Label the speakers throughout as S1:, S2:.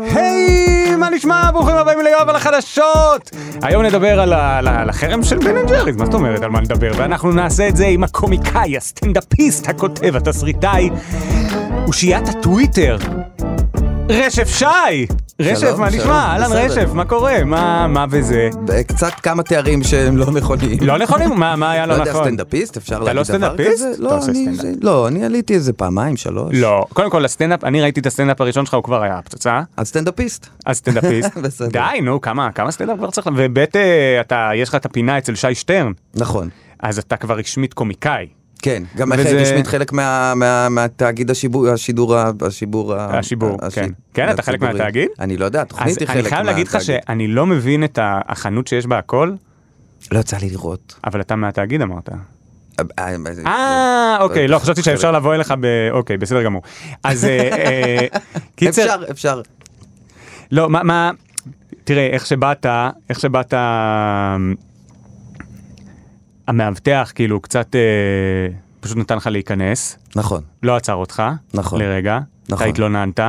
S1: היי, מה נשמע? ברוכים הבאים ליואב על החדשות! היום נדבר על, ה- על, ה- על החרם של בן אנד ג'ריס, מה זאת אומרת על מה נדבר? ואנחנו נעשה את זה עם הקומיקאי, הסטנדאפיסט, הכותב, התסריטאי, אושיית הטוויטר, רשף שי! רשף,
S2: שלום,
S1: מה
S2: שלום,
S1: נשמע? אהלן
S2: בסדר.
S1: רשף, מה קורה? מה, מה וזה?
S2: קצת כמה תארים שהם לא נכונים.
S1: לא נכונים? מה, מה היה
S2: לא
S1: לא
S2: יודע,
S1: נכון?
S2: סטנדאפיסט? אפשר
S1: לא
S2: להגיד דבר
S1: סטנדאפיסט?
S2: כזה?
S1: אתה
S2: לא,
S1: עושה
S2: אני-
S1: סטנדאפ.
S2: זה- לא, אני עליתי איזה פעמיים, שלוש.
S1: לא. קודם כל, הסטנדאפ, אני ראיתי את הסטנדאפ הראשון שלך, הוא כבר היה הפצצה.
S2: אז סטנדאפיסט.
S1: אז סטנדאפיסט.
S2: בסדר.
S1: די, נו, כמה, כמה סטנדאפ כבר צריך? ובית, אה, אתה, יש לך את הפינה אצל שי שטרן,
S2: נכון.
S1: אז אתה כבר רשמית קומיקאי.
S2: כן, גם
S1: וזה-
S2: אחרי רשמית חלק מה- מה- מהתאגיד השיבור, השידור, ה- השידור, ה-
S1: השידור,
S2: השי-
S1: כן. כן, אתה חלק
S2: הציבורי.
S1: מהתאגיד?
S2: אני לא יודע,
S1: אז
S2: התוכנית היא חלק
S1: אני
S2: מהתאגיד.
S1: חייב להגיד לך שאני לא מבין את ה- החנות שיש בה הכל,
S2: לא יצא לי לראות.
S1: אבל אתה מהתאגיד אמרת.
S2: אה, אה, מה זה-
S1: אה, אוקיי, לא, חשבתי
S2: חלק.
S1: שאפשר לבוא אליך ב... אוקיי, בסדר גמור. אז אה, אה, קיצר,
S2: אפשר, אפשר.
S1: לא, מה, מה, תראה, איך שבאת, איך שבאת, אמ, המאבטח, כאילו, קצת, אה, פשוט נתן לך להיכנס.
S2: נכון.
S1: לא עצר אותך,
S2: נכון.
S1: לרגע,
S2: נכון.
S1: אתה התלוננת,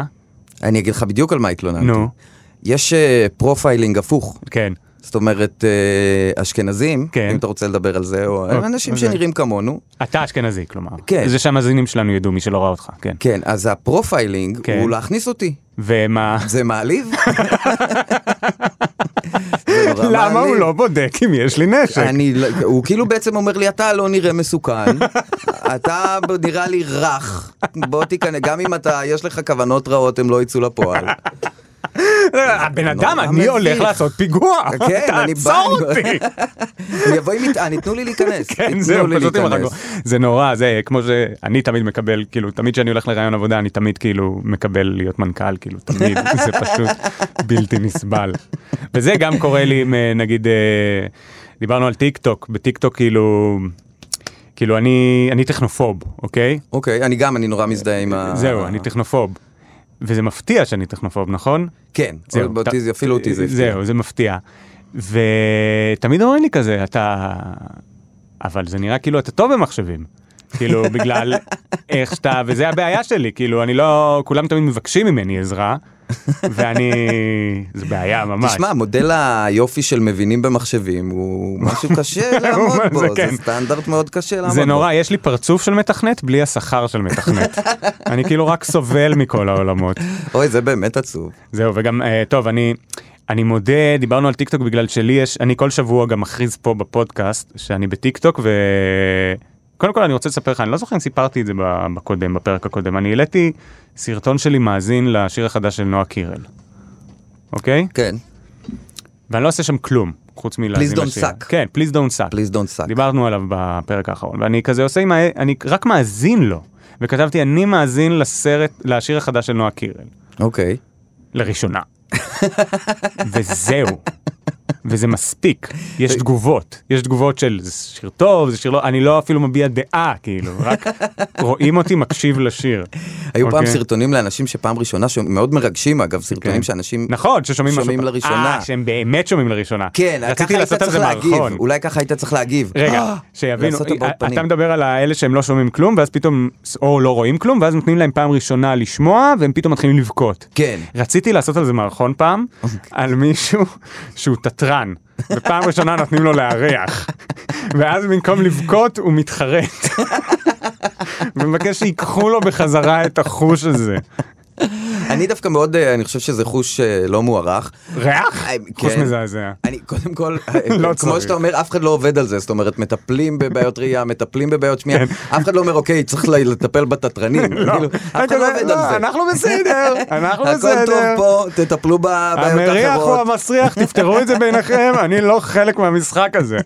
S2: אני אגיד לך בדיוק על מה התלוננתי.
S1: נו,
S2: יש אה, פרופיילינג הפוך.
S1: כן,
S2: זאת אומרת, אה, אשכנזים,
S1: כן.
S2: אם אתה רוצה לדבר על זה, או
S1: אוקיי,
S2: אנשים
S1: אוקיי.
S2: שנראים כמונו.
S1: אתה אשכנזי כלומר,
S2: כן.
S1: זה שהמאזינים שלנו ידעו, מי שלא ראה אותך, כן,
S2: כן, אז הפרופיילינג
S1: כן.
S2: הוא להכניס אותי.
S1: ומה,
S2: זה מעליב? זה נורא
S1: למה הוא
S2: מעליב.
S1: לא בודק אם יש לי נשק?
S2: אני, לא- הוא כאילו בעצם אומר לי, אתה לא נראה מסוכן, אתה נראה לי רך, בוא תיכנס, גם אם אתה, יש לך כוונות רעות, הם לא יצאו לפועל.
S1: הבן אדם,
S2: נורא
S1: אני
S2: מביך.
S1: הולך לעשות פיגוע,
S2: כן, אני בא-
S1: תעצור אותי,
S2: אני אבוא עם מטען, ייתנו לי להיכנס.
S1: כן,
S2: ייתנו
S1: זהו,
S2: לי
S1: פשוט עם
S2: להיכנס.
S1: הרגוע. זה נורא, זה כמו שאני תמיד מקבל, כאילו, תמיד כשאני הולך לראיון עבודה, אני תמיד כאילו מקבל להיות מנכ"ל, כאילו, תמיד, זה פשוט בלתי נסבל. וזה גם קורה לי עם, אה, נגיד, אה, דיברנו על טיק טוק, בטיק טוק כאילו, כאילו אני, אני טכנופוב, אוקיי?
S2: אוקיי, אני גם, אני נורא מזדהה עם ה...
S1: זהו, אני טכנופוב. וזה מפתיע שאני טכנופוב, נכון?
S2: כן,
S1: זהו,
S2: אותי
S1: אתה-
S2: זה- אפילו אותי זה הפתיע.
S1: זהו, זה מפתיע. ותמיד אומרים לי כזה, אתה... אבל זה נראה כאילו אתה טוב במחשבים. כאילו, בגלל איך שאתה... וזה הבעיה שלי, כאילו, אני לא... כולם תמיד מבקשים ממני עזרה, ואני... זה בעיה ממש.
S2: תשמע, מודל היופי של מבינים במחשבים הוא משהו קשה לעמוד
S1: הוא-
S2: בו,
S1: זה
S2: זה
S1: כן.
S2: סטנדרט מאוד קשה לעמוד בו.
S1: זה נורא, יש לי פרצוף של מתכנת בלי השכר של מתכנת. אני כאילו רק סובל מכל העולמות.
S2: אוי, זה באמת עצוב.
S1: זהו, וגם, אה, טוב, אני, אני מודה, דיברנו על טיקטוק בגלל שלי יש, אני כל שבוע גם מכריז פה בפודקאסט שאני בטיקטוק, ו... קודם כל אני רוצה לספר לך, אני לא זוכר אם סיפרתי את זה ב- בקודם, בפרק הקודם, אני העליתי סרטון שלי מאזין לשיר החדש של נועה קירל, אוקיי?
S2: כן,
S1: ואני לא עושה שם כלום, חוץ מלהאזין
S2: Please don't
S1: לשיר.
S2: suck.
S1: כן, פליז דונט סאק.
S2: please don't suck.
S1: דיברנו עליו בפרק האחרון, ואני כזה עושה עם ה... אני רק מאזין לו, וכתבתי, אני מאזין לסרט, לשיר החדש של נועה קירל.
S2: אוקיי.
S1: לראשונה. וזהו. וזה מספיק. יש תגובות. יש תגובות של זה שיר טוב, זה שיר לא... אני לא אפילו מביע דעה, כאילו, רק רואים אותי מקשיב לשיר.
S2: היו פעם
S1: אוקיי.
S2: סרטונים לאנשים שפעם ראשונה, שהם מאוד מרגשים אגב, סרטונים שאנשים...
S1: נכון, ששומעים משהו...
S2: שומעים לראשונה.
S1: אה, שהם באמת שומעים לראשונה.
S2: כן,
S1: רציתי
S2: ככה היית
S1: לעשות על
S2: צריך
S1: זה
S2: להגיב,
S1: מערכון.
S2: אולי ככה היית צריך להגיב.
S1: רגע,
S2: אה,
S1: שיבינו,
S2: לעשות הבעות
S1: אה, אתה
S2: פנים.
S1: מדבר על האלה שהם לא שומעים כלום, ואז פתאום, או לא רואים כלום, ואז נותנים להם פעם ראשונה לשמוע, והם פתאום מתחילים לבכות.
S2: כן.
S1: רציתי לעשות על זה מערכון פעם,
S2: אוקיי.
S1: על מישהו שהוא תתרן, ופעם ראשונה נותנים לו לארח, ואז במקום לבכות הוא מתחרט, ומבקש שיקחו לו בחזרה את החוש הזה.
S2: אני דווקא מאוד, אה, אני חושב שזה חוש אה, לא מוערך.
S1: ריח?
S2: אה,
S1: חוש
S2: כן.
S1: מזעזע.
S2: אני קודם כל,
S1: לא
S2: כמו
S1: צריך.
S2: שאתה אומר, אף אחד לא עובד על זה, זאת אומרת, מטפלים בבעיות ראייה, מטפלים בבעיות שמיעה,
S1: כן.
S2: אף אחד לא אומר, אוקיי, צריך ל- לטפל בתתרנים, כאילו, אף אחד לא עובד
S1: לא,
S2: על זה.
S1: אנחנו בסדר, אנחנו
S2: הכל טוב
S1: בסדר.
S2: פה, תטפלו בבעיות
S1: המריח או
S2: אחרות.
S1: המסריח, תפתרו את זה ביניכם, אני לא חלק מהמשחק הזה.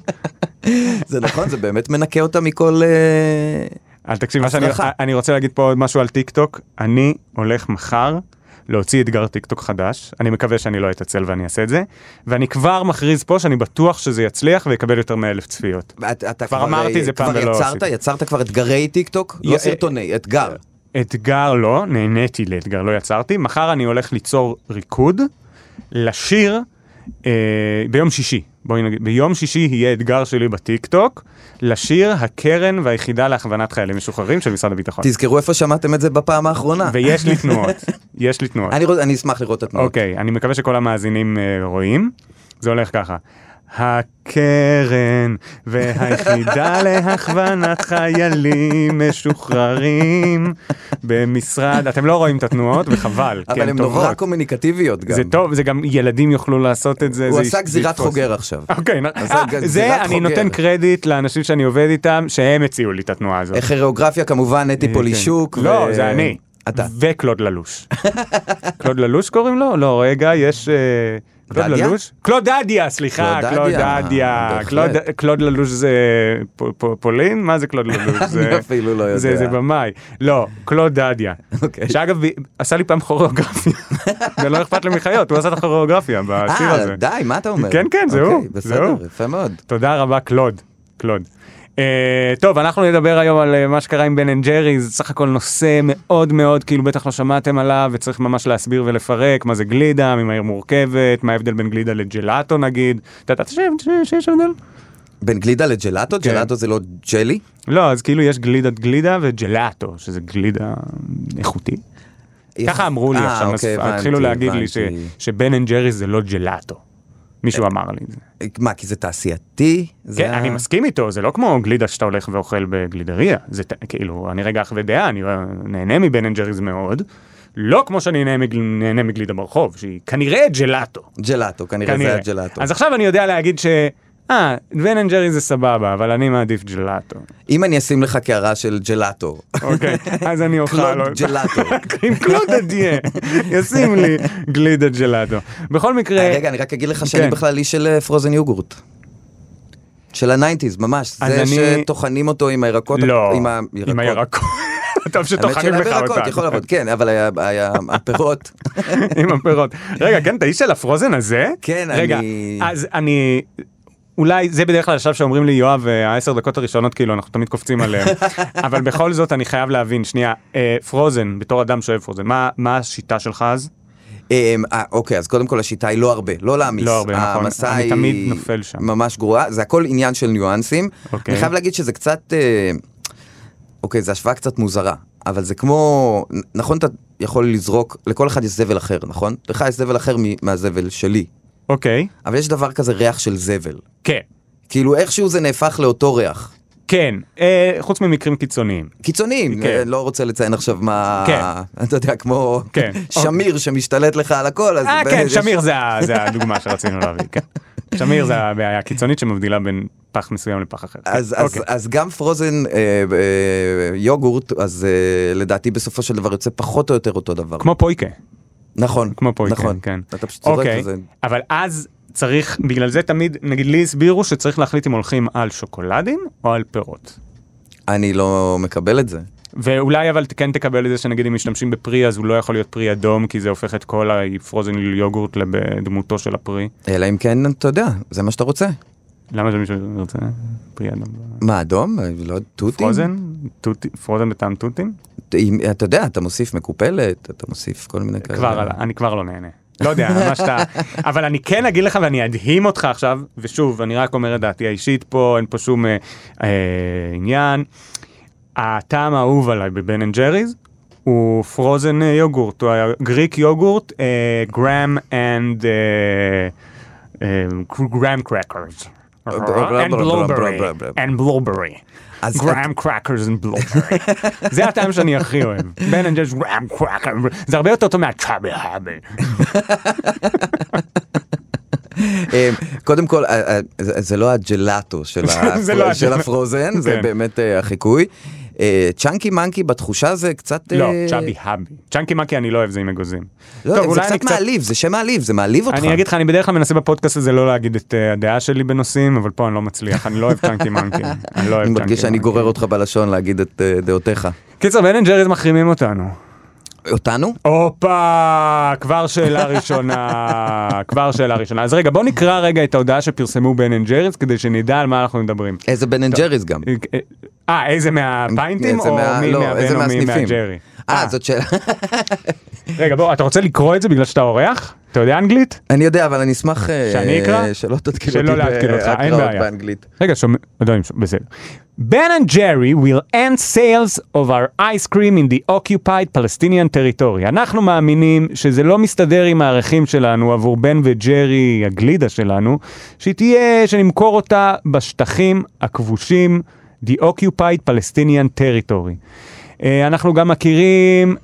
S2: זה נכון, זה באמת מנקה אותה מכל... אה,
S1: אז תקשיב, מה שאני,
S2: הצלחה.
S1: אני רוצה להגיד פה עוד משהו על טיק טוק. אני הולך מחר להוציא אתגר טיק טוק חדש. אני מקווה שאני לא אתעצל ואני אעשה את זה. ואני כבר מכריז פה שאני בטוח שזה יצליח ויקבל יותר מאלף צפיות.
S2: אתה- אתה אה,
S1: כבר אמרתי את זה פעם ולא
S2: כבר יצרת,
S1: עשיתי. אה,
S2: יצרת כבר אתגרי טיק טוק?
S1: י-
S2: לא סרטוני, אתגר.
S1: אתגר לא, נהניתי לאתגר, לא יצרתי. מחר אני הולך ליצור ריקוד לשיר אה, ביום שישי. בואי נגיד, ביום שישי יהיה אתגר שלי בטיקטוק, לשיר הקרן והיחידה להכוונת חיילים משוחררים של משרד הביטחון.
S2: תזכרו איפה שמעתם את זה בפעם האחרונה.
S1: ויש לי תנועות, יש לי תנועות.
S2: אני, רוצ... אני אשמח לראות את התנועות.
S1: אוקיי, אני מקווה שכל המאזינים אה, רואים. זה הולך ככה. הקרן והיחידה להכוונת חיילים משוחררים במשרד, אתם לא רואים את התנועות וחבל, כי
S2: אבל
S1: הן
S2: הן נורא
S1: טובות.
S2: קומוניקטיביות גם.
S1: כן, זה טוב, זה גם ילדים יוכלו לעשות את זה.
S2: הוא
S1: זה-
S2: עשה
S1: זה
S2: גזירת
S1: יתפוס.
S2: חוגר עכשיו.
S1: אוקיי, נ-
S2: אז
S1: אה,
S2: ג-
S1: זה
S2: גזירת
S1: אני
S2: חוגר.
S1: נותן קרדיט לאנשים שאני עובד איתם, שהם הציעו לי את התנועה הזאת.
S2: כוריאוגרפיה כמובן, נטי
S1: אוקיי. כן.
S2: פולישוק.
S1: לא,
S2: ו-
S1: זה אני.
S2: אתה.
S1: וקלוד ללוש. קלוד ללוש קוראים לו? לא, רגע, יש... אה, קלוד
S2: דדיה?
S1: ללוש? קלוד דדיה, סליחה,
S2: קלוד
S1: קלוד
S2: דדיה,
S1: דדיה.
S2: בהחלט.
S1: קלוד- קלוד ללוש זה פ- פ- פולין? מה זה קלוד ללוש? זה-
S2: אפילו לא יודע.
S1: זה זה במאי. לא, קלוד דדיה.
S2: אוקיי.
S1: שאגב, ב- עשה לי פעם כוריאוגרפיה. ולא אכפת לי מחיות, הוא עשה את הכוריאוגרפיה בשיר הזה.
S2: אה, די, מה אתה אומר?
S1: כן, כן, זה
S2: אוקיי,
S1: הוא, זה
S2: בסדר,
S1: הוא.
S2: יפה מאוד.
S1: תודה רבה קלוד, קלוד. Uh, טוב אנחנו נדבר היום על uh, מה שקרה עם בן אנד ג'רי זה סך הכל נושא מאוד מאוד כאילו בטח לא שמעתם עליו וצריך ממש להסביר ולפרק מה זה גלידה ממה היא מורכבת מה ההבדל בין גלידה לג'לאטו נגיד. אתה ידעת ש- ש- שיש הבדל?
S2: בין גלידה לג'לטו?
S1: כן.
S2: ג'לטו זה לא ג'לי?
S1: לא אז כאילו יש גלידת גלידה וג'לאטו שזה גלידה איכותי. ככה אמרו לי
S2: אה,
S1: עכשיו
S2: אוקיי,
S1: אז
S2: הבנתי,
S1: התחילו להגיד לי ש-
S2: הבנתי. אה,
S1: שבן אנד ג'רי זה לא ג'לאטו. מישהו אמר לי את זה.
S2: מה, כי זה תעשייתי? זה
S1: כן,
S2: ה-
S1: אני מסכים איתו, זה לא כמו גלידה שאתה הולך ואוכל בגלידריה. זה ת- כאילו, אני רגע אחווה דעה, אני אה, נהנה מבן אנד ג'ריז מאוד. לא כמו שאני נהנה מגל- נהנה מגלידה ברחוב, שהיא כנראה ג'לאטו.
S2: ג'לטו, כנראה זה
S1: כנראה.
S2: הג'לטו.
S1: אז עכשיו אני יודע להגיד ש... אה, בן אנד ג'רי זה סבבה, אבל אני מעדיף ג'לאטו.
S2: אם אני אשים לך קערה של ג'לטו,
S1: אוקיי, אז אני אוכל...
S2: קלוד
S1: עוד.
S2: ג'לאטו.
S1: עם קלוד אדיה, ישים לי גלידה ג'לאטו. בכל מקרה...
S2: אה, רגע, אני רק אגיד לך שאני
S1: כן.
S2: בכלל איש של אה, פרוזן יוגורט. של הניינטיז, ממש.
S1: אז
S2: זה
S1: אני-
S2: שטוחנים אותו עם הירקות.
S1: לא,
S2: עם הירקות.
S1: עם הירקות. טוב
S2: האמת
S1: שטוחנים
S2: של
S1: לך
S2: הירקות
S1: אותם.
S2: יכול לעבוד, כן, אבל היה- היה- הפירות.
S1: עם הפירות. רגע, כן, אתה איש של הפרוזן הזה?
S2: כן,
S1: רגע,
S2: אני-
S1: אז אני... אולי זה בדרך כלל השלב שאומרים לי יואב אה, העשר דקות הראשונות כאילו אנחנו תמיד קופצים עליהם אבל בכל זאת אני חייב להבין שנייה אה, פרוזן בתור אדם שאוהב פרוזן מה מה השיטה שלך אז
S2: אמ, אה, אוקיי, אז קודם כל השיטה היא לא הרבה, לא להעמיס.
S1: לא הרבה, נכון.
S2: ההעמסה
S1: אני
S2: היא
S1: תמיד נופל שם.
S2: ממש גרועה, זה הכל עניין של ניואנסים.
S1: אוקיי.
S2: אני חייב להגיד שזה קצת... אה, אוקיי, זו השוואה קצת מוזרה, אבל זה כמו... נ- נכון, אתה יכול לזרוק, לכל אחד יש זבל אחר, נכון? לך יש זבל אחר מ- מהזבל שלי,
S1: אוקיי
S2: אבל יש דבר כזה ריח של זבל.
S1: כן
S2: כאילו איכשהו זה נהפך לאותו ריח.
S1: כן אה, חוץ ממקרים קיצוניים
S2: קיצוניים,
S1: כן.
S2: אה, לא רוצה לציין עכשיו מה,
S1: כן.
S2: אתה יודע, כמו
S1: כן.
S2: שמיר שמשתלט לך על הכל, אז
S1: אה
S2: באמת
S1: כן
S2: יש-
S1: שמיר זה ה- זה הדוגמה שרצינו להביא כן. שמיר זה הבעיה הקיצונית שמבדילה בין פח מסוים לפח אחר.
S2: אז,
S1: כן,
S2: אז,
S1: אוקיי.
S2: אז גם פרוזן אה, אה, יוגורט, אז אה, לדעתי בסופו של דבר יוצא פחות או יותר אותו דבר.
S1: כמו פויקה.
S2: נכון.
S1: כמו פה,
S2: נכון.
S1: כן, כן.
S2: אתה פשוט אה, זורק את זה.
S1: אוקיי, אבל אז צריך, בגלל זה תמיד, נגיד לי הסבירו שצריך להחליט אם הולכים על שוקולדים או על פירות.
S2: אני לא מקבל את זה.
S1: ואולי אבל כן תקבל את זה שנגיד אם משתמשים בפרי אז הוא לא יכול להיות פרי אדום כי זה הופך את כל הפרוזן יוגורט לדמותו של הפרי.
S2: אלא אם כן, אתה יודע, זה מה שאתה רוצה.
S1: למה שמישהו ירצה פרי אדום?
S2: מה, אדום? אה, לא, תותים?
S1: פרוזן? תות- פרוזן בטעם תותים?
S2: ת- אם- אתה יודע, אתה מוסיף מקופלת, אתה מוסיף כל מיני כאלה.
S1: כבר, עלה, אני כבר לא נהנה. לא יודע, מה שאתה... אבל אני כן אגיד לך ואני אדהים אותך עכשיו, ושוב, אני רק אומר את דעתי האישית פה, אין פה שום אה, אה, עניין. הטעם האהוב עליי בבן אנד ג'ריז הוא פרוזן אה, יוגורט, הוא היה גריק יוגורט, אה, גראם אנד... אה, גראם קרקרס.
S2: בלה, בלה, בלה, בלה, בלה.
S1: and blueberry.
S2: אז-
S1: גראם קרקרס and blueberry. זה הטעם שאני הכי אוהב. בן אנד ג'אס גראם קרקר. זה הרבה יותר טוב מהצ'אבי האבי.
S2: אה, קודם כל, אה, אה, זה זה לא הג'לטו של ה-
S1: זה לא
S2: של
S1: הג'לטו.
S2: הפרוזן, זה
S1: כן.
S2: באמת אה, החיקוי. אה, צ'אנקי מנקי בתחושה זה קצת...
S1: לא,
S2: אה,
S1: צ'אבי האבי. צ'אנקי מקי אני לא אוהב זה עם אגוזים.
S2: לא,
S1: טוב,
S2: זה
S1: אולי אני
S2: קצת מעליב, זה שם מעליב, זה מעליב אותך.
S1: אני אגיד לך, אני בדרך כלל מנסה בפודקאסט הזה לא להגיד את אה, הדעה שלי בנושאים, אבל פה אני לא מצליח, אני לא אוהב צ'אנקי מנקי. אני לא אוהב
S2: אני
S1: צ'אנקי
S2: מרגיש שאני
S1: מנקי.
S2: גורר אותך בלשון להגיד את אה, דעותיך.
S1: קיצר, בן אנד ג'ריז מחרימים אותנו.
S2: אותנו?
S1: הופה, כבר שאלה ראשונה, כבר שאלה ראשונה. אז רגע, בוא נקרא רגע את ההודעה שפרסמו בן אנד ג'ריז, כדי שנדע על מה אנחנו מדברים.
S2: איזה בן אנד ג'ריז גם.
S1: אה, איזה מהפיינטים
S2: איזה
S1: או
S2: מה-
S1: מי
S2: לא,
S1: מהבן
S2: איזה
S1: או מי אה.
S2: מהסניפים.
S1: מהג'רי?
S2: אה, זאת שאלה.
S1: רגע, בוא, אתה רוצה לקרוא את זה בגלל שאתה אורח? אתה יודע אנגלית?
S2: אני יודע, אבל אני אשמח... אה,
S1: שאני אקרא?
S2: שלא תתקיל
S1: שלא
S2: אותי
S1: להתקיל אותך, אין
S2: בהקראות
S1: בעיה.
S2: באנגלית.
S1: רגע, שומע, עדיין, שומע- בסדר. Ben and Jerry will end sales of our ice cream in the occupied Palestinian territory. אנחנו מאמינים שזה לא מסתדר עם הערכים שלנו עבור בן וג'רי, הגלידה שלנו, שהיא תהיה, שנמכור אותה בשטחים הכבושים, the occupied Palestinian territory. אה, אנחנו גם מכירים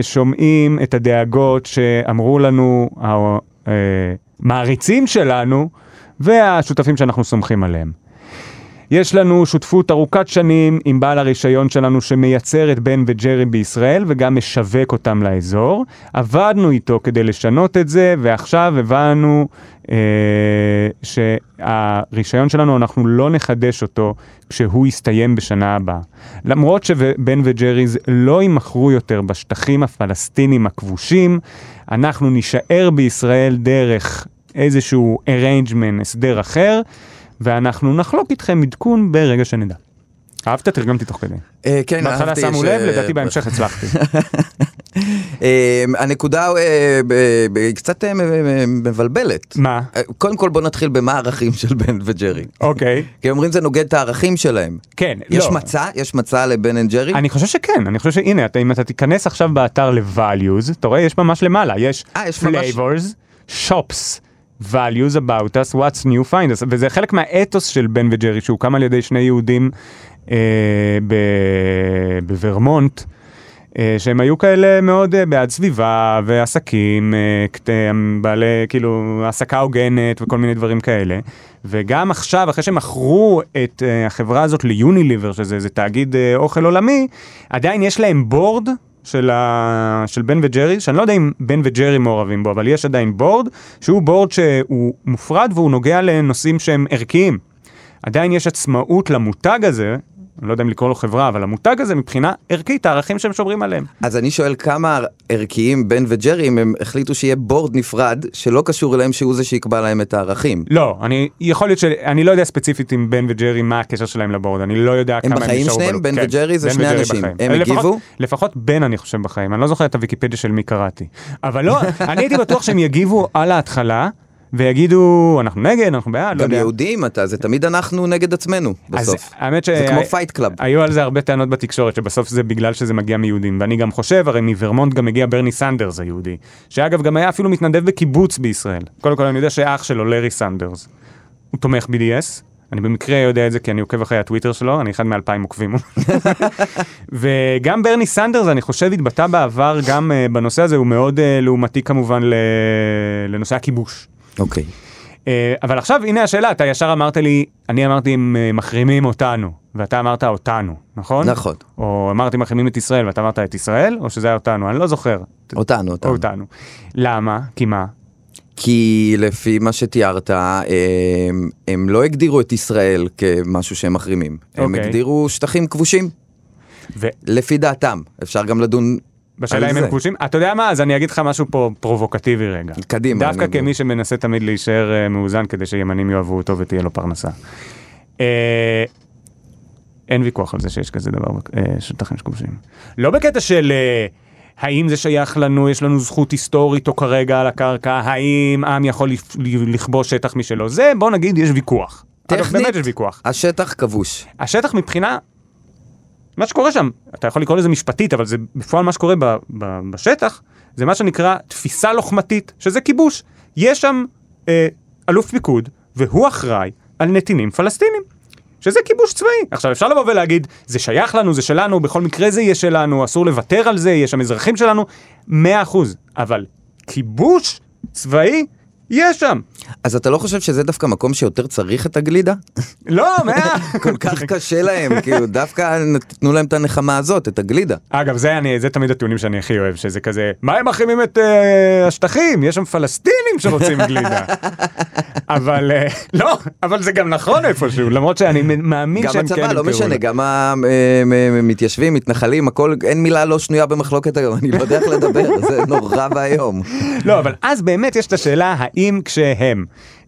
S1: ושומעים את הדאגות שאמרו לנו המעריצים שלנו והשותפים שאנחנו סומכים עליהם. יש לנו שותפות ארוכת שנים עם בעל הרישיון שלנו שמייצר את בן וג'רי בישראל וגם משווק אותם לאזור. עבדנו איתו כדי לשנות את זה, ועכשיו הבנו אה, שהרישיון שלנו, אנחנו לא נחדש אותו כשהוא יסתיים בשנה הבאה. למרות שבן וג'ריז לא יימכרו יותר בשטחים הפלסטינים הכבושים, אנחנו נישאר בישראל דרך איזשהו arrangement, הסדר אחר. ואנחנו נחלוק איתכם עדכון ברגע שנדע. אהבת? תרגמתי תוך כדי.
S2: אה, כן,
S1: בהתחלה
S2: אהבתי
S1: שמו
S2: ש-
S1: לב, לדעתי בהמשך הצלחתי.
S2: אה, הנקודה אה, ב- ב- היא קצת אה, מ- מ- מבלבלת.
S1: מה?
S2: אה, קודם כל בוא נתחיל במה הערכים של בן וג'רי.
S1: אוקיי.
S2: כי אומרים זה נוגד את הערכים שלהם.
S1: כן,
S2: יש
S1: לא.
S2: מצע? יש מצע לבן אנד ג'רי?
S1: אני חושב שכן, אני חושב שהנה, אתה- אם אתה תיכנס עכשיו באתר ל-values, אתה רואה, יש ממש למעלה, יש
S2: אה, יש ממש-
S1: flavors, shops. values about us, what's new find us, וזה חלק מהאתוס של בן וג'רי שהוקם על ידי שני יהודים אה, ב- בוורמונט, אה, שהם היו כאלה מאוד אה, בעד סביבה ועסקים, אה, קט- אה, בעלי כאילו העסקה הוגנת וכל מיני דברים כאלה. וגם עכשיו, אחרי שמכרו את אה, החברה הזאת ליוניליבר, שזה איזה תאגיד אה, אוכל עולמי, עדיין יש להם בורד. של, ה... של בן וג'רי, שאני לא יודע אם בן וג'רי מעורבים בו, אבל יש עדיין בורד, שהוא בורד שהוא מופרד והוא נוגע לנושאים שהם ערכיים. עדיין יש עצמאות למותג הזה, אני לא יודע אם לקרוא לו חברה, אבל המותג הזה מבחינה ערכית, הערכים שהם שומרים עליהם.
S2: אז אני שואל כמה ערכיים בן וג'רי אם הם החליטו שיהיה בורד נפרד שלא קשור אליהם שהוא זה שיקבע להם את הערכים.
S1: לא, אני, יכול להיות ש... אני לא יודע ספציפית עם בן וג'רי מה הקשר שלהם לבורד, אני לא יודע כמה הם
S2: בחיים
S1: נשארו
S2: שניהם?
S1: בלופ. כן,
S2: בן וג'רי זה
S1: בן
S2: שני
S1: וג'רי
S2: אנשים.
S1: בחיים.
S2: הם
S1: לפחות-
S2: הגיבו?
S1: לפחות בן אני חושב בחיים, אני לא זוכר את הוויקיפדיה של מי קראתי. אבל לא, אני הייתי בטוח שהם יגיבו על ההתחלה, ויגידו, אנחנו נגד, אנחנו בעד, לא
S2: גם
S1: יודע.
S2: יהודים אתה, זה תמיד אנחנו נגד עצמנו בסוף.
S1: אז אה, האמת ש...
S2: זה כמו פייט קלאב.
S1: היו על זה הרבה טענות בתקשורת, שבסוף זה בגלל שזה מגיע מיהודים. ואני גם חושב, הרי מוורמונט גם הגיע ברני סנדרס היהודי, שאגב גם היה אפילו מתנדב בקיבוץ בישראל. קודם כל אני יודע שאח שלו, לארי סנדרס, הוא תומך BDS. אני במקרה יודע את זה כי אני עוקב אחרי הטוויטר שלו, אני אחד מאלפיים עוקבים. וגם ברני סנדרס, אני חושב, התבטא בעבר גם אה, בנושא הזה, הוא מאוד אה, לעומתי כמובן ל- לנושא הכיבוש.
S2: אוקיי.
S1: אה, אבל עכשיו הנה השאלה אתה ישר אמרת לי אני אמרתי הם אה, מחרימים אותנו ואתה אמרת אותנו נכון
S2: נכון.
S1: או אמרתי מחרימים את ישראל ואתה אמרת את ישראל או שזה היה אותנו אני לא זוכר
S2: אותנו, אותנו.
S1: אותנו למה כי מה
S2: כי לפי מה שתיארת, הם, הם לא הגדירו את ישראל כמשהו שהם מחרימים. הם
S1: אוקיי.
S2: הגדירו שטחים כבושים, לפי דעתם. אפשר גם לדון
S1: ובשאלה
S2: על
S1: אם הם
S2: זה.
S1: כבושים אתה יודע מה אז אני אגיד לך משהו פה פרובוקטיבי רגע
S2: קדימה.
S1: דווקא
S2: אני-
S1: כמי שמנסה תמיד להישאר אה, מאוזן כדי שימנים יאהבו אותו ותהיה לו פרנסה. אה, אין ויכוח על זה שיש כזה דבר אה, שטחים שכובשים. לא בקטע של אה, האם זה שייך לנו, יש לנו זכות היסטורית או כרגע על הקרקע, האם עם יכול לפ- לכבוש שטח משלו, זה בוא נגיד יש ויכוח. אגב,
S2: טכנית?
S1: באמת יש ויכוח.
S2: השטח כבוש.
S1: השטח מבחינה, מה שקורה שם, אתה יכול לקרוא לזה משפטית, אבל זה בפועל מה שקורה ב, ב, בשטח, זה מה שנקרא תפיסה לוחמתית, שזה כיבוש. יש שם אה, אלוף פיקוד, והוא אחראי על נתינים פלסטינים. שזה כיבוש צבאי. עכשיו אפשר לבוא ולהגיד, זה שייך לנו, זה שלנו, בכל מקרה זה יהיה שלנו, אסור לוותר על זה, יש שם אזרחים שלנו, 100%. אבל כיבוש צבאי, יש שם.
S2: אז אתה לא חושב שזה דווקא מקום שיותר צריך את הגלידה?
S1: לא, 100%.
S2: כל כך קשה להם, כאילו, דווקא תנו להם את הנחמה הזאת, את הגלידה.
S1: אגב זה אני זה תמיד הטיעונים שאני הכי אוהב שזה כזה מה הם מחרימים את אה, השטחים יש שם פלסטינים שרוצים גלידה אבל אה, לא אבל זה גם נכון איפשהו למרות שאני מאמין
S2: גם
S1: שהם כן
S2: הצבא, לא
S1: ימכרו
S2: משנה,
S1: את זה.
S2: גם המתיישבים, מתנחלים, הכל, אין מילה לא שנויה במחלוקת היום, אני לא יודע איך לדבר, זה נורא ואיום.
S1: לא אבל אז באמת יש את השאלה האם כשהם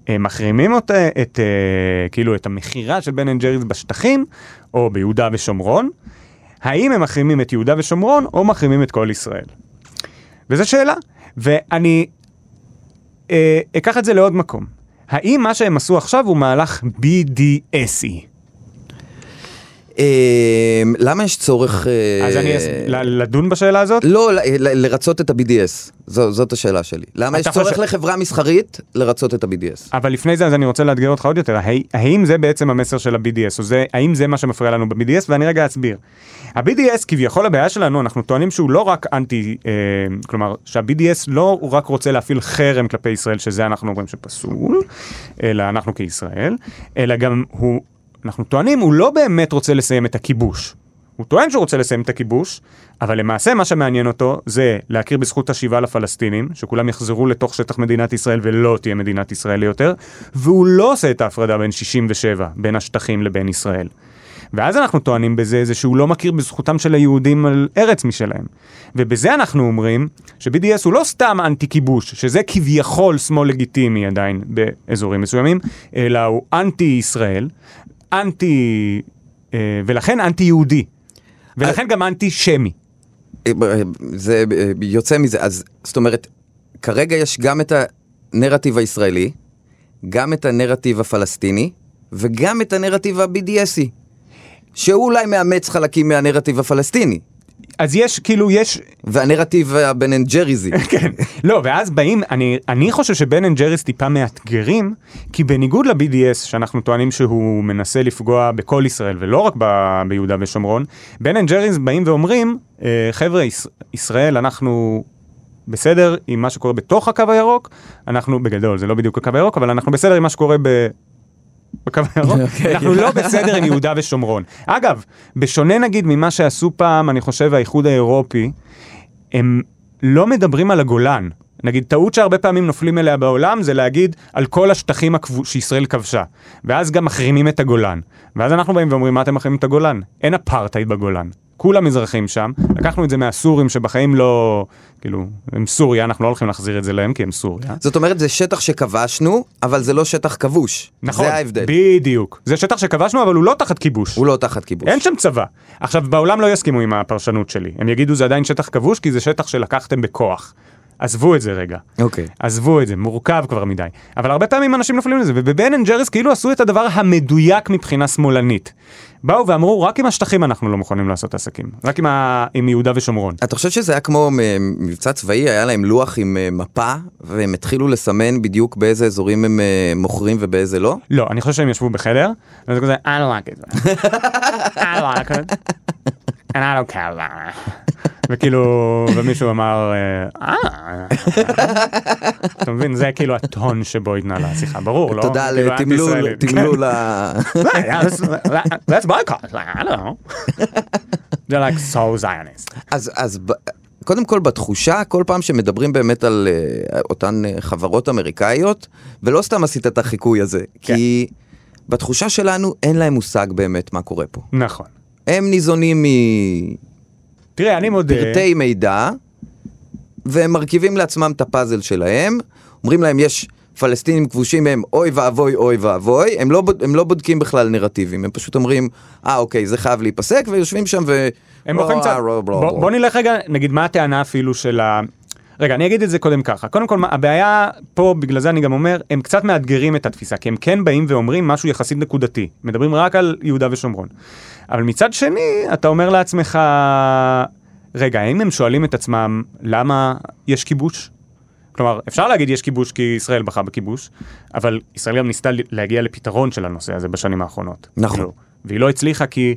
S1: אה, מחרימים אותה את אה, כאילו את המכירה של בן אנד ג'ריס בשטחים או ביהודה ושומרון האם הם מחרימים את יהודה ושומרון או מחרימים את כל ישראל. וזו שאלה. ואני אה, אקח את זה לעוד מקום. האם מה שהם עשו עכשיו הוא מהלך BDSי?
S2: אה, למה יש צורך... אה,
S1: אז אני אס... ל- לדון בשאלה הזאת?
S2: לא, ל- ל- לרצות את ה-BDS, זו- זאת השאלה שלי. למה יש
S1: אתה
S2: צורך
S1: חושב-
S2: לחברה מסחרית לרצות את ה-BDS?
S1: אבל לפני זה אז אני רוצה לאתגר אותך עוד יותר, האי- האם זה בעצם המסר של ה-BDS, או זה, האם זה מה שמפריע לנו ב-BDS, ואני רגע אסביר. ה-BDS כביכול הבעיה שלנו, אנחנו טוענים שהוא לא רק אנטי, אה, כלומר שה-BDS לא הוא רק רוצה להפעיל חרם כלפי ישראל, שזה אנחנו אומרים שפסול, אלא אנחנו כישראל, אלא גם הוא, אנחנו טוענים, הוא לא באמת רוצה לסיים את הכיבוש. הוא טוען שהוא רוצה לסיים את הכיבוש, אבל למעשה מה שמעניין אותו זה להכיר בזכות השיבה לפלסטינים, שכולם יחזרו לתוך שטח מדינת ישראל ולא תהיה מדינת ישראל יותר, והוא לא עושה את ההפרדה בין 67, בין השטחים לבין ישראל. ואז אנחנו טוענים בזה, זה שהוא לא מכיר בזכותם של היהודים על ארץ משלהם. ובזה אנחנו אומרים ש-BDS הוא לא סתם אנטי-כיבוש, שזה כביכול שמאל לגיטימי עדיין באזורים מסוימים, אלא הוא אנטי-ישראל, אנטי... אה, ולכן אנטי-יהודי. ולכן גם אנטי-שמי.
S2: אה, אה, זה אה, יוצא מזה, אז זאת אומרת, כרגע יש גם את הנרטיב הישראלי, גם את הנרטיב הפלסטיני, וגם את הנרטיב ה-BDSי, שהוא אולי מאמץ חלקים מהנרטיב הפלסטיני,
S1: אז יש, כאילו, יש...
S2: והנרטיב הבן אנד ג'ריזי.
S1: כן. לא, ואז באים, אני, אני חושב שבן אנד ג'ריס טיפה מאתגרים, כי בניגוד ל-BDS, שאנחנו טוענים שהוא מנסה לפגוע בכל ישראל, ולא רק ב, ביהודה ושומרון, בן אנד ג'ריס באים ואומרים, "אה, חבר'ה, יש, ישראל, אנחנו בסדר עם מה שקורה בתוך הקו הירוק, אנחנו, בגדול, זה לא בדיוק הקו הירוק, אבל אנחנו בסדר עם מה שקורה ב... בקו הירוק,
S2: אוקיי.
S1: אנחנו לא בסדר עם יהודה ושומרון. אגב, בשונה נגיד ממה שעשו פעם, אני חושב, האיחוד האירופי, הם לא מדברים על הגולן. נגיד, טעות שהרבה פעמים נופלים אליה בעולם זה להגיד על כל השטחים הכבו- שישראל כבשה. ואז גם מחרימים את הגולן. ואז אנחנו באים ואומרים, מה אתם מחרימים את הגולן? אין אפרטהייד בגולן. כולם מזרחים שם, לקחנו את זה מהסורים שבחיים לא, כאילו, הם סוריה, אנחנו לא הולכים להחזיר את זה להם כי הם סוריה.
S2: זאת אומרת, זה שטח שכבשנו, אבל זה לא שטח כבוש.
S1: נכון,
S2: זה ההבדל.
S1: בדיוק. זה שטח שכבשנו אבל הוא לא תחת כיבוש.
S2: הוא לא תחת כיבוש.
S1: אין שם צבא. עכשיו, בעולם לא יסכימו עם הפרשנות שלי. הם יגידו זה עדיין שטח כבוש כי זה שטח שלקחתם בכוח. עזבו את זה רגע.
S2: אוקיי.
S1: עזבו את זה, מורכב כבר מדי. אבל הרבה פעמים אנשים נופלים לזה, ובבן אנד ג'ריס כאילו עשו את הדבר המדויק מבחינה שמאלנית. באו ואמרו, רק עם השטחים אנחנו לא מוכנים לעשות עסקים. רק עם, ה... עם יהודה ושומרון.
S2: אתה חושב שזה היה כמו אה, מבצע צבאי, היה להם לוח עם אה, מפה, והם התחילו לסמן בדיוק באיזה אזורים הם אה, מוכרים ובאיזה לא?
S1: לא, אני חושב שהם ישבו בחדר, וזה כזה, I don't like it. I like it. And I don't care about it. וכאילו, ומישהו אמר, אה... "אה." אתה מבין, זה כאילו הטון שבו התנהלה השיחה, ברור, לא?
S2: תודה
S1: כאילו,
S2: לתמלול,
S1: האנטי-ישראלי.
S2: תמלול ה...
S1: Right, yeah, that's, that, that's my cause. Like, I don't know. They're like so Zionist.
S2: אז, אז ב- קודם כל בתחושה, כל פעם שמדברים באמת על אה, אותן אה, חברות אמריקאיות, ולא סתם עשית את החיקוי הזה,
S1: כן.
S2: כי בתחושה שלנו אין להם מושג באמת מה קורה פה.
S1: נכון.
S2: הם ניזונים
S1: תראה, אני מודה,
S2: מפרטי מידע, והם מרכיבים לעצמם את הפאזל שלהם, אומרים להם יש פלסטינים כבושים הם אוי ואבוי אוי ואבוי, הם לא, בוד- הם לא בודקים בכלל נרטיבים, הם פשוט אומרים, אה אוקיי זה חייב להיפסק, ויושבים שם ו...
S1: הם בוחרים
S2: אה,
S1: צד.
S2: רו- רו-
S1: בוא
S2: רו.
S1: בוא נלך רגע, נגיד, מה הטענה אפילו של ה... רגע, אני אגיד את זה קודם ככה. קודם כל, מה- הבעיה פה, בגלל זה אני גם אומר, הם קצת מאתגרים את התפיסה, כי הם כן באים ואומרים משהו יחסית נקודתי. מדברים רק על יהודה ושומרון. אבל מצד שני, אתה אומר לעצמך, רגע, האם הם שואלים את עצמם למה יש כיבוש? כלומר, אפשר להגיד יש כיבוש כי ישראל בחרה בכיבוש, אבל ישראל גם ניסתה להגיע לפתרון של הנושא הזה בשנים האחרונות.
S2: נכון.
S1: כאילו, והיא לא הצליחה כי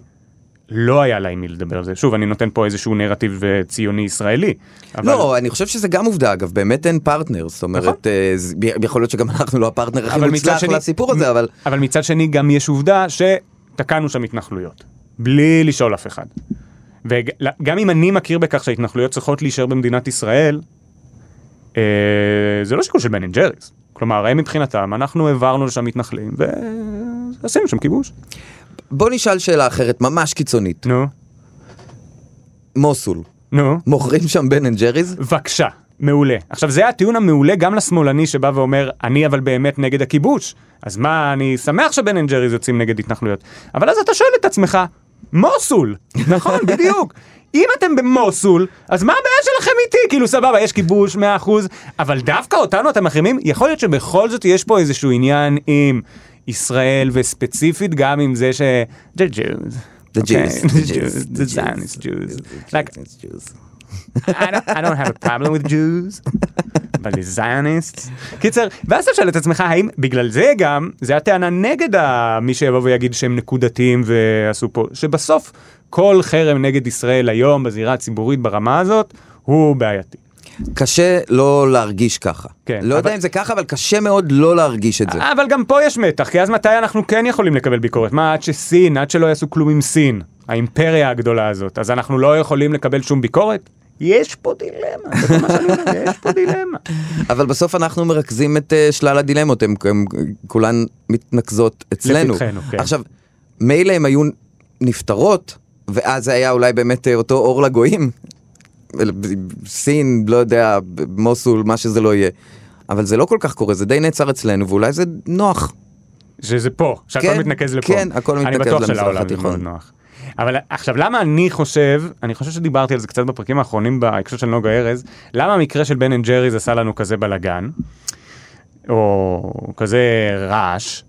S1: לא היה לה עם מי לדבר על זה. שוב, אני נותן פה איזשהו נרטיב אה, ציוני ישראלי. אבל...
S2: לא, אני חושב שזה גם עובדה, אגב, באמת אין פרטנר, זאת
S1: נכון.
S2: אומרת, אה, זה- יכול להיות שגם אנחנו לא הפרטנר הכי
S1: אבל מצד
S2: מוצלח
S1: שני-
S2: לסיפור הזה, אבל
S1: אבל מצד שני גם יש עובדה שתקענו שם התנחלויות, בלי לשאול אף אחד. וגם אם אני מכיר בכך שההתנחלויות צריכות להישאר במדינת ישראל, אה, זה לא שיקול של בן אנד ג'ריס. כלומר, הם מבחינתם, אנחנו העברנו לשם מתנחלים ועשינו שם כיבוש.
S2: בוא נשאל שאלה אחרת, ממש קיצונית,
S1: נו,
S2: מוסול,
S1: נו,
S2: מוכרים שם בן אנד ג'ריז?
S1: בבקשה. מעולה. עכשיו זה הטיעון המעולה גם לשמאלני שבא ואומר, אני אבל באמת נגד הכיבוש, אז מה, אני שמח שבן אנד ג'ריז יוצאים נגד התנחלויות. אבל אז אתה שואל את עצמך, מוסול, נכון, בדיוק. אם אתם במוסול, אז מה הבעיה שלכם איתי? כאילו סבבה, יש כיבוש 100%, אבל דווקא אותנו אתם מחרימים? יכול להיות שבכל זאת יש פה איזשהו עניין עם ישראל, וספציפית גם עם זה ש... The Jews. Okay,
S2: The Jews,
S1: אוקיי. the
S2: the
S1: Jews,
S2: Jews,
S1: the Zionist Jews. Like,
S2: It's Jews.
S1: I don't, I don't have a problem with Jews, but the Zionists. קיצר, ואז אתה שואל את עצמך, האם בגלל זה גם, זה הטענה נגד ה- מי שיבוא ויגיד שהם נקודתיים ועשו פה, שבסוף כל חרם נגד ישראל היום בזירה הציבורית ברמה הזאת, הוא בעייתי.
S2: קשה לא להרגיש ככה.
S1: כן,
S2: לא
S1: אבל-
S2: יודע אם זה ככה, אבל קשה מאוד לא להרגיש את זה.
S1: אבל גם פה יש מתח, כי אז מתי אנחנו כן יכולים לקבל ביקורת? מה, עד שסין, עד שלא יעשו כלום עם סין, האימפריה הגדולה הזאת, אז אנחנו לא יכולים לקבל שום ביקורת? יש פה דילמה, זה כל מה שאני אומר, יש פה דילמה.
S2: אבל בסוף אנחנו מרכזים את אה, שלל הדילמות, הן הן כולן מתנקזות אצלנו.
S1: לפתחנו, כן.
S2: עכשיו, מילא הן היו נפתרות, ואז זה היה אולי באמת אה, אותו אור לגויים, אל- ב- ב- סין, לא יודע, ב- מוסול, מה שזה לא יהיה. אבל זה לא כל כך קורה, זה די נעצר אצלנו, ואולי זה נוח.
S1: שזה פה, שהכל
S2: כן,
S1: מתנקז לפה.
S2: כן, הכל
S1: אני
S2: מתנקז
S1: בטוח
S2: למזרח
S1: שלעולם זה
S2: התיכון.
S1: מאוד נוח. אבל עכשיו למה אני חושב, אני חושב שדיברתי על זה קצת בפרקים האחרונים בהקשר של נוגה ארז, למה המקרה של בן אנד ג'ריז עשה לנו כזה בלאגן, או כזה רעש.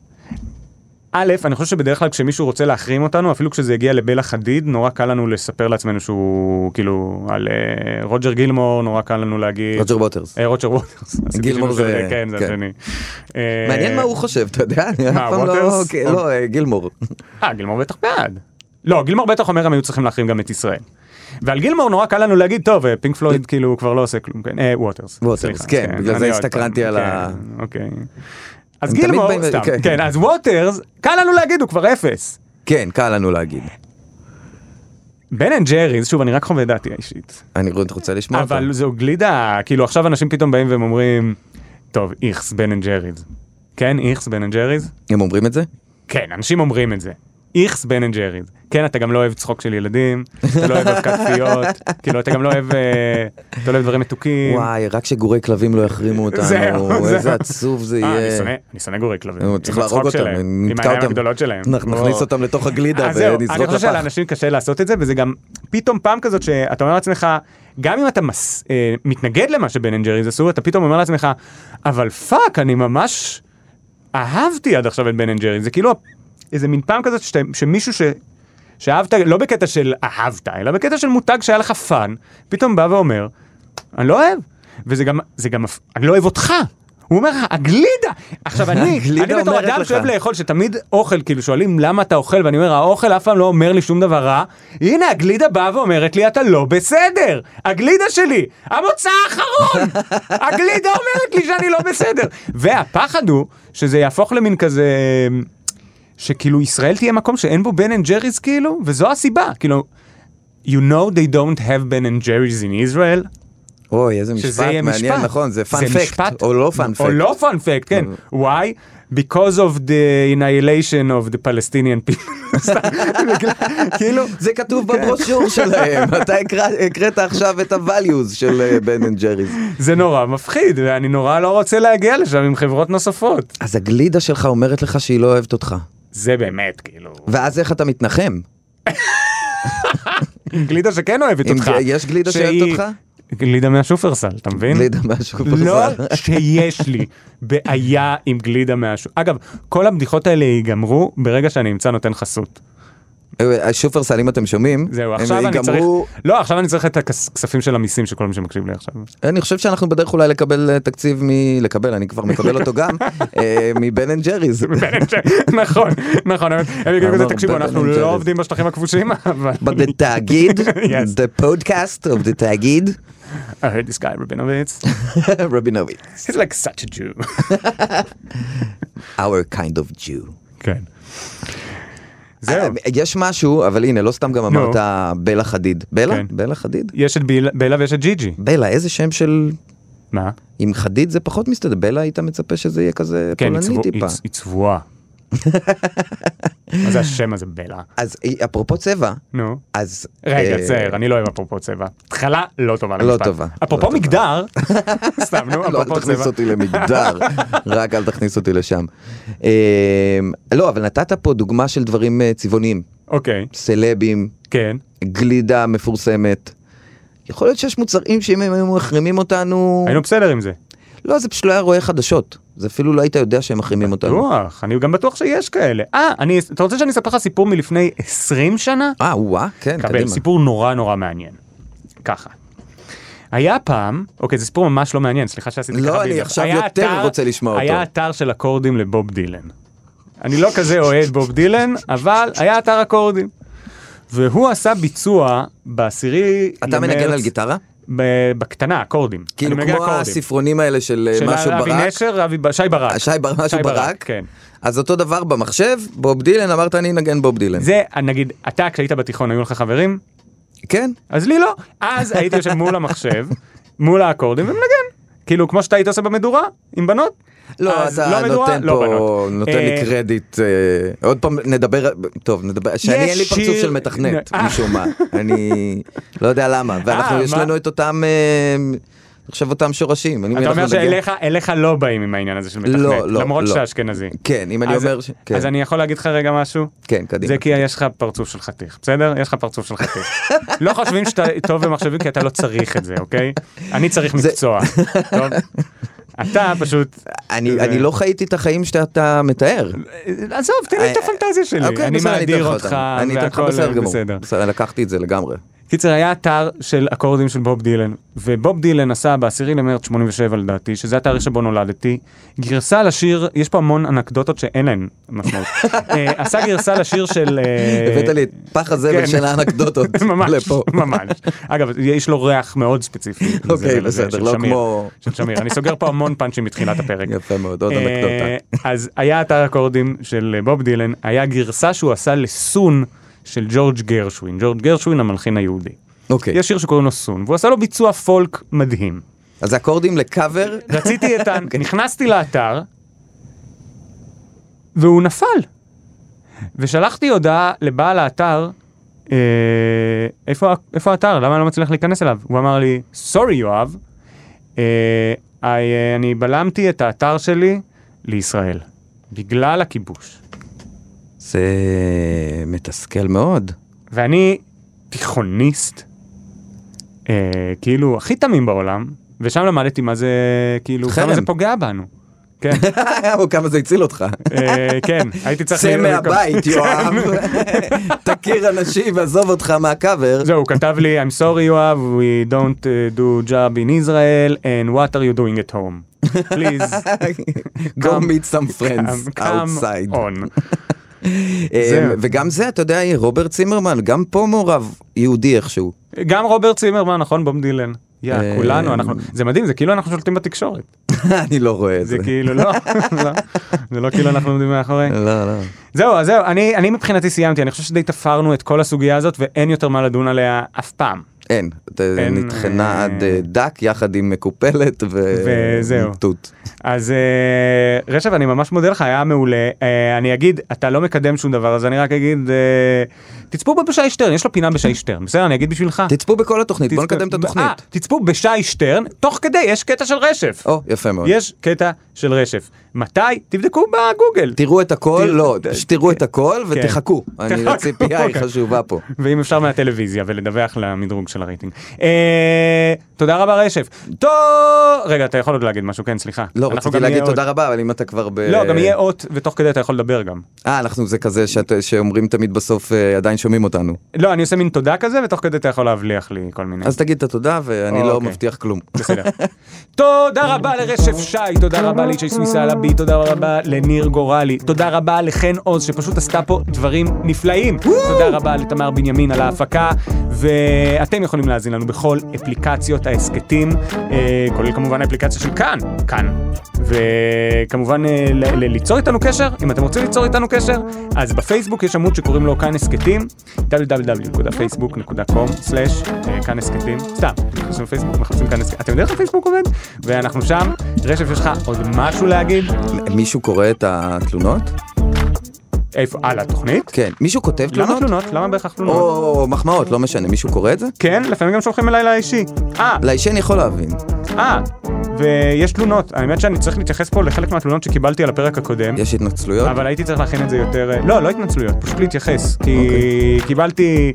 S1: א', אני חושב שבדרך כלל כשמישהו רוצה להחרים אותנו, אפילו כשזה הגיע לבלה חדיד, נורא קל לנו לספר לעצמנו שהוא כאילו על אה, רוג'ר גילמור, נורא קל לנו להגיד...
S2: רוג'ר ווטרס.
S1: אה, רוג'ר ווטרס.
S2: גילמור זה-
S1: כן, זה
S2: כן.
S1: השני. אה,
S2: מעניין מה הוא חושב, אתה יודע? אני אף
S1: מה,
S2: פעם לא-
S1: ווטרס?
S2: כן, לא, אה, גילמור.
S1: אה, גילמור בטח בעד. לא, גילמור בטח אומר הם היו צריכים להחרים גם את ישראל. ועל גילמור נורא קל לנו להגיד, טוב, אה, פינק פלויד כאילו הוא כבר לא עושה כלום, כן? אה, ווטרס.
S2: ווטרס,
S1: סליחה,
S2: כן, בגלל
S1: אני
S2: זה
S1: עוד
S2: הסתקרנתי
S1: פעם,
S2: על ה-
S1: כן, אוקיי. אז
S2: הם תמיד
S1: גילמור,
S2: באים ו-
S1: סתם,
S2: כן.
S1: כן, אז ווטרס, קל לנו להגיד, הוא כבר אפס.
S2: כן, קל לנו להגיד.
S1: בן אנד ג'ריז, שוב, אני רק חווה דעתי האישית.
S2: אני רוצה לשמוע אותו.
S1: אבל זו גלידה, כאילו עכשיו אנשים פתאום באים והם אומרים, טוב, איכס בן אנד ג'ריז. כן, איכס בן אנד ג'ריז?
S2: הם אומרים את זה?
S1: כן, אנשים אומרים את זה. איכס בן אנד ג'ריז. כן, אתה גם לא אוהב צחוק של ילדים, אתה לא אוהב אבקת פיות, כאילו, אתה גם לא אוהב, אה, אתה לא אוהב דברים מתוקים.
S2: וואי, רק שגורי כלבים לא יחרימו
S1: זהו,
S2: אותנו,
S1: זהו.
S2: איזה עצוב זה
S1: אה, אני
S2: יהיה.
S1: שונא, אני שונא גורי כלבים.
S2: נו,
S1: עם
S2: צריך
S1: הצחוק
S2: להרוג אותם,
S1: שלהם, עם
S2: נתקע
S1: העיניים
S2: אותם.
S1: הגדולות שלהם.
S2: נכ-
S1: בוא.
S2: נכניס אותם לתוך הגלידה
S1: אז לא. אה, זהו, אני
S2: ונזרוק
S1: חושב
S2: לפח.
S1: שלאנשים קשה לעשות את זה, וזה גם פתאום פעם כזאת שאתה אומר לעצמך, גם אם אתה מס, אה, מתנגד למה שבן אנד ג'ריז עשו, אתה פתאום אומר לעצמך, אבל פאק, אני ממש אהבתי עד עכשיו את בן אנד ג'ריז, זה כאילו איזה מין פעם כזאת שאתה, שמישהו ש... שאהבת, לא בקטע של אהבת, אלא בקטע של מותג שהיה לך פאן, פתאום בא ואומר, אני לא אוהב. וזה גם, זה גם, מפ- אני לא אוהב אותך. הוא אומר לך, הגלידה. עכשיו אני,
S2: הגלידה
S1: אני בתור
S2: אומרת
S1: אדם
S2: לך.
S1: שאוהב לאכול, שתמיד אוכל, כאילו שואלים למה אתה אוכל, ואני אומר, האוכל אף פעם לא אומר לי שום דבר רע. הנה, הגלידה באה ואומרת לי, אתה לא בסדר. הגלידה שלי, המוצא האחרון. הגלידה אומרת לי שאני לא בסדר. והפחד הוא שזה יהפוך למין כזה... שכאילו ישראל תהיה מקום שאין בו בן אנד ג'ריז כאילו, וזו הסיבה, כאילו, you know they don't have בן אנד ג'ריז in Israel,
S2: אוי, איזה
S1: שזה
S2: משפט
S1: יהיה משפט.
S2: מעניין, נכון, זה
S1: משפט-
S2: פאנפקט, או לא אה. פאנפקט.
S1: או לא פאנפקט, כן. Why? Because of the annihilation of the Palestinian people. סתם, כאילו,
S2: זה כתוב בברושור שלהם, אתה הקרא- הקראת עכשיו את ה-values של אה, בן אנד ג'ריז.
S1: זה נורא מפחיד, ואני נורא לא רוצה להגיע לשם עם חברות נוספות.
S2: אז הגלידה שלך אומרת לך שהיא לא אוהבת אותך,
S1: זה באמת, כאילו,
S2: ואז איך אתה מתנחם?
S1: עם גלידה שכן אוהבת
S2: אם
S1: אותך.
S2: יש גלידה שאוהבת
S1: שהיא-
S2: אותך?
S1: גלידה מהשופרסל, אתה מבין?
S2: גלידה משהו
S1: כן. לא
S2: בסדר.
S1: שיש לי בעיה עם גלידה מהשוק. אגב, כל הבדיחות האלה ייגמרו ברגע שאני אמצא נותן חסות.
S2: אה, השופרסל, אם אתם שומעים,
S1: זהו,
S2: הם
S1: עכשיו אני צריך...
S2: ייגמרו-
S1: לא, עכשיו אני צריך את הכספים של המיסים של כל מי שמקשיב לי עכשיו.
S2: אני חושב שאנחנו בדרך אולי לקבל אה, תקציב מ... לקבל, אני כבר מקבל אותו גם, אה, מבן אנד ג'ריז.
S1: נכון, נכון, האמת. הם יגידו כזה,
S2: אמר
S1: תקשיבו,
S2: בן
S1: אנחנו
S2: אנד
S1: לא
S2: ג'ריז."
S1: עובדים בשטחים הכבושים, אבל...
S2: But the תאגיד,
S1: Yes.
S2: the podcast of the תאגיד,
S1: I heard this guy, רבינוביץ,
S2: רבינוביץ,
S1: he's like such a Jew.
S2: our kind of Jew.
S1: כן. זהו.
S2: אה, יש משהו, אבל הנה, לא סתם גם
S1: נו.
S2: אמרת בלה חדיד. בלה?
S1: כן.
S2: בלה חדיד?
S1: יש את ביל- בלה ויש את ג'יג'י.
S2: בלה, איזה שם של...
S1: מה?
S2: עם חדיד זה פחות מסתדר, בלה היית מצפה שזה יהיה כזה
S1: כן, היא
S2: פולני
S1: צבוע-
S2: טיפה.
S1: היא- היא צבועה. מה זה השם הזה, בלה?
S2: אז אה, אפרופו צבע,
S1: נו.
S2: אז...
S1: רגע,
S2: אה,
S1: צייר, אני לא אוהב אפרופו צבע. התחלה לא טובה
S2: לא
S1: למשפט.
S2: טובה,
S1: אפרופו
S2: לא טובה.
S1: מגדר, סתם, נו,
S2: לא, אל
S1: אפרופו
S2: תכניס
S1: צבע.
S2: אותי למגדר, אמ, רק אל תכניס אותי לשם. אה, לא, אבל נתת פה דוגמה של דברים אה, צבעוניים.
S1: אוקיי,
S2: סלבים,
S1: כן.
S2: אה. גלידה מפורסמת. יכול להיות שיש מוצרים שאם הם היו מחרימים אותנו...
S1: היינו בסדר עם זה.
S2: לא, זה פשוט לא היה רואה חדשות. זה אפילו לא היית יודע שהם מחרימים אותנו.
S1: בטוח, אני גם בטוח שיש כאלה. אה, אני- אתה רוצה שאני אספר לך סיפור מלפני 20 שנה?
S2: אה, וואה, כן,
S1: קבל
S2: קדימה.
S1: סיפור נורא נורא מעניין. ככה. היה פעם, אוקיי זה סיפור ממש לא מעניין, סליחה שעשיתי
S2: לא,
S1: ככה.
S2: אני
S1: בדיוק.
S2: עכשיו
S1: היה
S2: יותר רוצה לשמוע
S1: היה
S2: אותו.
S1: אתר של אקורדים לבוב דילן. אני לא כזה אוהד בוב דילן, אבל היה אתר אקורדים. והוא עשה ביצוע בעשירי
S2: אתה מנגן על גיטרה?
S1: ב- בקטנה, אקורדים.
S2: כאילו
S1: אני אה, מנגן
S2: כמו
S1: אקורדים.
S2: הספרונים האלה של אה,
S1: של
S2: משהו
S1: אבי
S2: ברק.
S1: נשר, אבי ב- שי ברק.
S2: שי ברק, משהו ברק.
S1: כן.
S2: אז אותו דבר במחשב, בוב דילן, אמרת אני אנגן בוב דילן.
S1: זה, נגיד, אתה כשהיית בתיכון היו לך חברים?
S2: כן?
S1: אז לי לא. אז הייתי יושב מול המחשב, מול האקורדים ומנגן. כאילו כמו שאתה היית עושה במדורה עם בנות.
S2: לא,
S1: אז
S2: אתה
S1: מדורה,
S2: נותן
S1: לא
S2: פה,
S1: בנות.
S2: נותן
S1: אה,
S2: לי קרדיט, אה, עוד פעם נדבר, טוב, נדבר, שאני
S1: יש
S2: אין לי פרצוף
S1: שיר-
S2: של מתכנת,
S1: אה.
S2: משום מה, אני לא יודע למה, ואנחנו,
S1: אה,
S2: יש
S1: מה?
S2: לנו את אותם, אה, אני חושב אותם שורשים, אני
S1: אתה אומר
S2: אנחנו נגיע-
S1: שאליך אליך לא באים עם העניין הזה של מתכנת,
S2: לא, לא,
S1: למרות
S2: לא.
S1: שאתה אשכנזי.
S2: כן, אם אני
S1: אז-
S2: אומר, ש- כן,
S1: אז אני יכול להגיד לך רגע משהו?
S2: כן, קדימה,
S1: זה כי יש לך פרצוף של חתיך, בסדר? יש לך פרצוף של חתיך. לא חושבים שאתה טוב במחשבים כי אתה לא צריך את זה, אוקיי? אני צריך
S2: זה-
S1: מקצוע, טוב? אתה פשוט...
S2: אני-
S1: זה-
S2: אני לא חייתי את החיים שאתה מתאר,
S1: עזוב, תן לי את הפנטזיה שלי,
S2: אוקיי,
S1: אני
S2: בסדר,
S1: מאדיר
S2: אתן לך
S1: אותך,
S2: אותם. אני אתן לך
S1: והכל
S2: בסדר גמור,
S1: בסדר.
S2: בסדר, לקחתי את זה לגמרי,
S1: קיצר היה אתר של אקורדים של בוב דילן ובוב דילן עשה בעשירי למרץ 87 לדעתי שזה התאריך שבו נולדתי גרסה לשיר יש פה המון אנקדוטות שאין להן משמעות אה, עשה גרסה לשיר של אה,
S2: הבאת לי את פח הזבל
S1: כן.
S2: של האנקדוטות
S1: ממש
S2: לפה,
S1: ממש אגב יש לו ריח מאוד ספציפי
S2: אוקיי,
S1: לזבל הזה,
S2: בסדר,
S1: של
S2: לא
S1: שמיר.
S2: כמו,
S1: של שמיר אני סוגר פה המון פאנצ'ים מתחילת הפרק.
S2: יפה מאוד, עוד
S1: אה,
S2: אנקדוטה.
S1: אז היה אתר אקורדים של אה, בוב דילן, היה גרסה שהוא עשה לסון של ג'ורג' גרשווין, ג'ורג' גרשווין המלחין היהודי.
S2: אוקיי,
S1: יש שיר שקוראים לו סון, והוא עשה לו ביצוע פולק מדהים.
S2: אז אקורדים לקאבר,
S1: רציתי את ה... נכנסתי לאתר, והוא נפל. ושלחתי הודעה לבעל האתר, אה, איפה, ה- איפה האתר? למה אני לא מצליח להיכנס אליו? הוא אמר לי, סורי יואב, אה, I, אה, אני בלמתי את האתר שלי לישראל, בגלל הכיבוש.
S2: זה מתסכל מאוד.
S1: ואני תיכוניסט, אה, כאילו הכי תמים בעולם, ושם למדתי מה זה, כאילו,
S2: חרם.
S1: כמה זה פוגע בנו. כן,
S2: או כמה זה הציל אותך.
S1: אה, כן, הייתי צריך...
S2: צא
S1: ל-
S2: מהבית, יואב. תכיר אנשים, עזוב אותך מהקאבר.
S1: זהו, הוא כתב לי, I'm sorry יואב, we don't uh, do job in Israel, and what are you doing at home? Please,
S2: Go
S1: come-
S2: meet some friends
S1: come, come
S2: outside.
S1: on.
S2: אה,
S1: זהו.
S2: וגם זה, אתה יודע, רוברט צימרמן, גם פה מעורב יהודי איכשהו.
S1: גם רוברט צימרמן, נכון? בום דילן. יא,
S2: אה,
S1: כולנו, אנחנו, זה מדהים, זה כאילו אנחנו שולטים בתקשורת.
S2: אני לא רואה את זה.
S1: זה כאילו, לא, לא, זה לא כאילו אנחנו עומדים מאחורי.
S2: לא, לא.
S1: זהו, אז זהו, אני, אני מבחינתי סיימתי, אני חושב שדי תפרנו את כל הסוגיה הזאת ואין יותר מה לדון עליה אף פעם.
S2: אין, אתה
S1: אין,
S2: נטחנה
S1: אה,
S2: עד אה, דק יחד עם מקופלת
S1: וזהו.
S2: ותות.
S1: אז אה, רשב, אני ממש מודה לך, היה מעולה. אה, אני אגיד, אתה לא מקדם שום דבר, אז אני רק אגיד, אה, תצפו בבשי שטרן, יש לו פינה בשי שטרן, בסדר? אני אגיד בשבילך.
S2: תצפו בכל התוכנית, בוא
S1: תצפו-
S2: נקדם את
S1: אה,
S2: התוכנית.
S1: תצפו בשי שטרן, תוך כדי, יש קטע של רשף.
S2: או, יפה מאוד.
S1: יש קטע של רשף. מתי? תבדקו בגוגל.
S2: תראו את הכל,
S1: ת-
S2: לא,
S1: ת- כן.
S2: שתראו את הכל ותחכו. אני,
S1: תחכו,
S2: הציפייה היא
S1: כן.
S2: חשובה פה.
S1: ואם אפשר
S2: אוקיי.
S1: מהטלוויזיה ולדווח למדרוג של הרייטינג. אה, תודה רבה רשף. טוב, רגע אתה יכול עוד להגיד משהו כן סליחה.
S2: לא,
S1: אנחנו
S2: רציתי
S1: גם
S2: להגיד
S1: נהיה
S2: תודה רבה, אבל אם אתה כבר ב...
S1: עוד- לא גם יהיה אות ותוך כדי אתה יכול לדבר גם.
S2: אה, אנחנו זה כזה שאת- שאומרים תמיד בסוף אה, עדיין שומעים אותנו.
S1: לא אני עושה מין תודה כזה ותוך כדי אתה יכול להבליח לי כל מיני.
S2: אז תגיד את התודה ואני לא
S1: אוקיי.
S2: מבטיח כלום.
S1: בסדר. תודה רבה לרשף שי, תודה רבה לישי סוויסה על הביט, תודה רבה לניר גורלי, תודה רבה לחן עוז שפשוט עשתה פה דברים נפלאים, תודה רבה לתמר בנימין על ההפקה, ואתם יכולים להאזין לנו בכל אפליקציות ההסכתים, אה, כולל כמובן האפליקציה של כאן, כאן, וכמובן אה, ל- ל- ליצור איתנו קשר, אם אתם רוצים ליצור איתנו קשר, אז בפייסבוק יש עמוד שקוראים לו כאן הסכתים, www.facebook.com/כאן הסכתים, סתם, נכנסים לפייסבוק, מחפשים כאן הסכתים, אתם יודעים איך הפייסבוק עובד? ואנחנו שם, רשף יש לך עוד משהו להגיד?
S2: מ- מישהו קורא את התלונות?
S1: איפה, על התוכנית?
S2: כן. מישהו כותב
S1: למה
S2: תלונות?
S1: תלונות? למה בהכרח תלונות?
S2: או מחמאות, לא משנה, מישהו קורא את זה?
S1: כן, לפעמים גם שולחים אליי לאישי. אה,
S2: לאישי אני יכול להבין.
S1: אה, ויש תלונות. האמת שאני צריך להתייחס פה לחלק מהתלונות שקיבלתי על הפרק הקודם.
S2: יש התנצלויות?
S1: אבל הייתי צריך להכין את זה יותר... לא, לא התנצלויות, פשוט להתייחס. כי
S2: אוקיי.
S1: קיבלתי...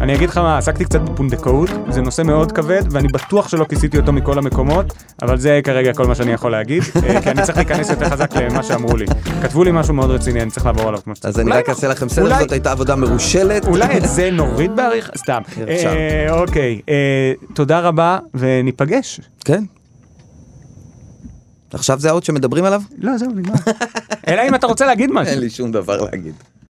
S1: אני אגיד לך מה, עסקתי קצת בפונדקאות, זה נושא מאוד כבד, ואני בטוח שלא כיסיתי אותו מכל המקומות, אבל זה כרגע כל מה שאני יכול להגיד, אה, כי אני צריך להיכנס יותר חזק למה שאמרו לי. כתבו לי משהו מאוד רציני, אני צריך לעבור עליו כמו שצריך.
S2: אז אני
S1: אולי
S2: רק אעשה לכם סדר,
S1: אולי-
S2: זאת הייתה עבודה מרושלת.
S1: אולי את זה נוריד בעריך? סתם.
S2: אפשר.
S1: אה, אוקיי, אה, תודה רבה, וניפגש.
S2: כן. עכשיו זה האות שמדברים עליו?
S1: לא, זהו, נגמר. אלא אם אתה רוצה להגיד משהו.
S2: לי שום דבר להגיד.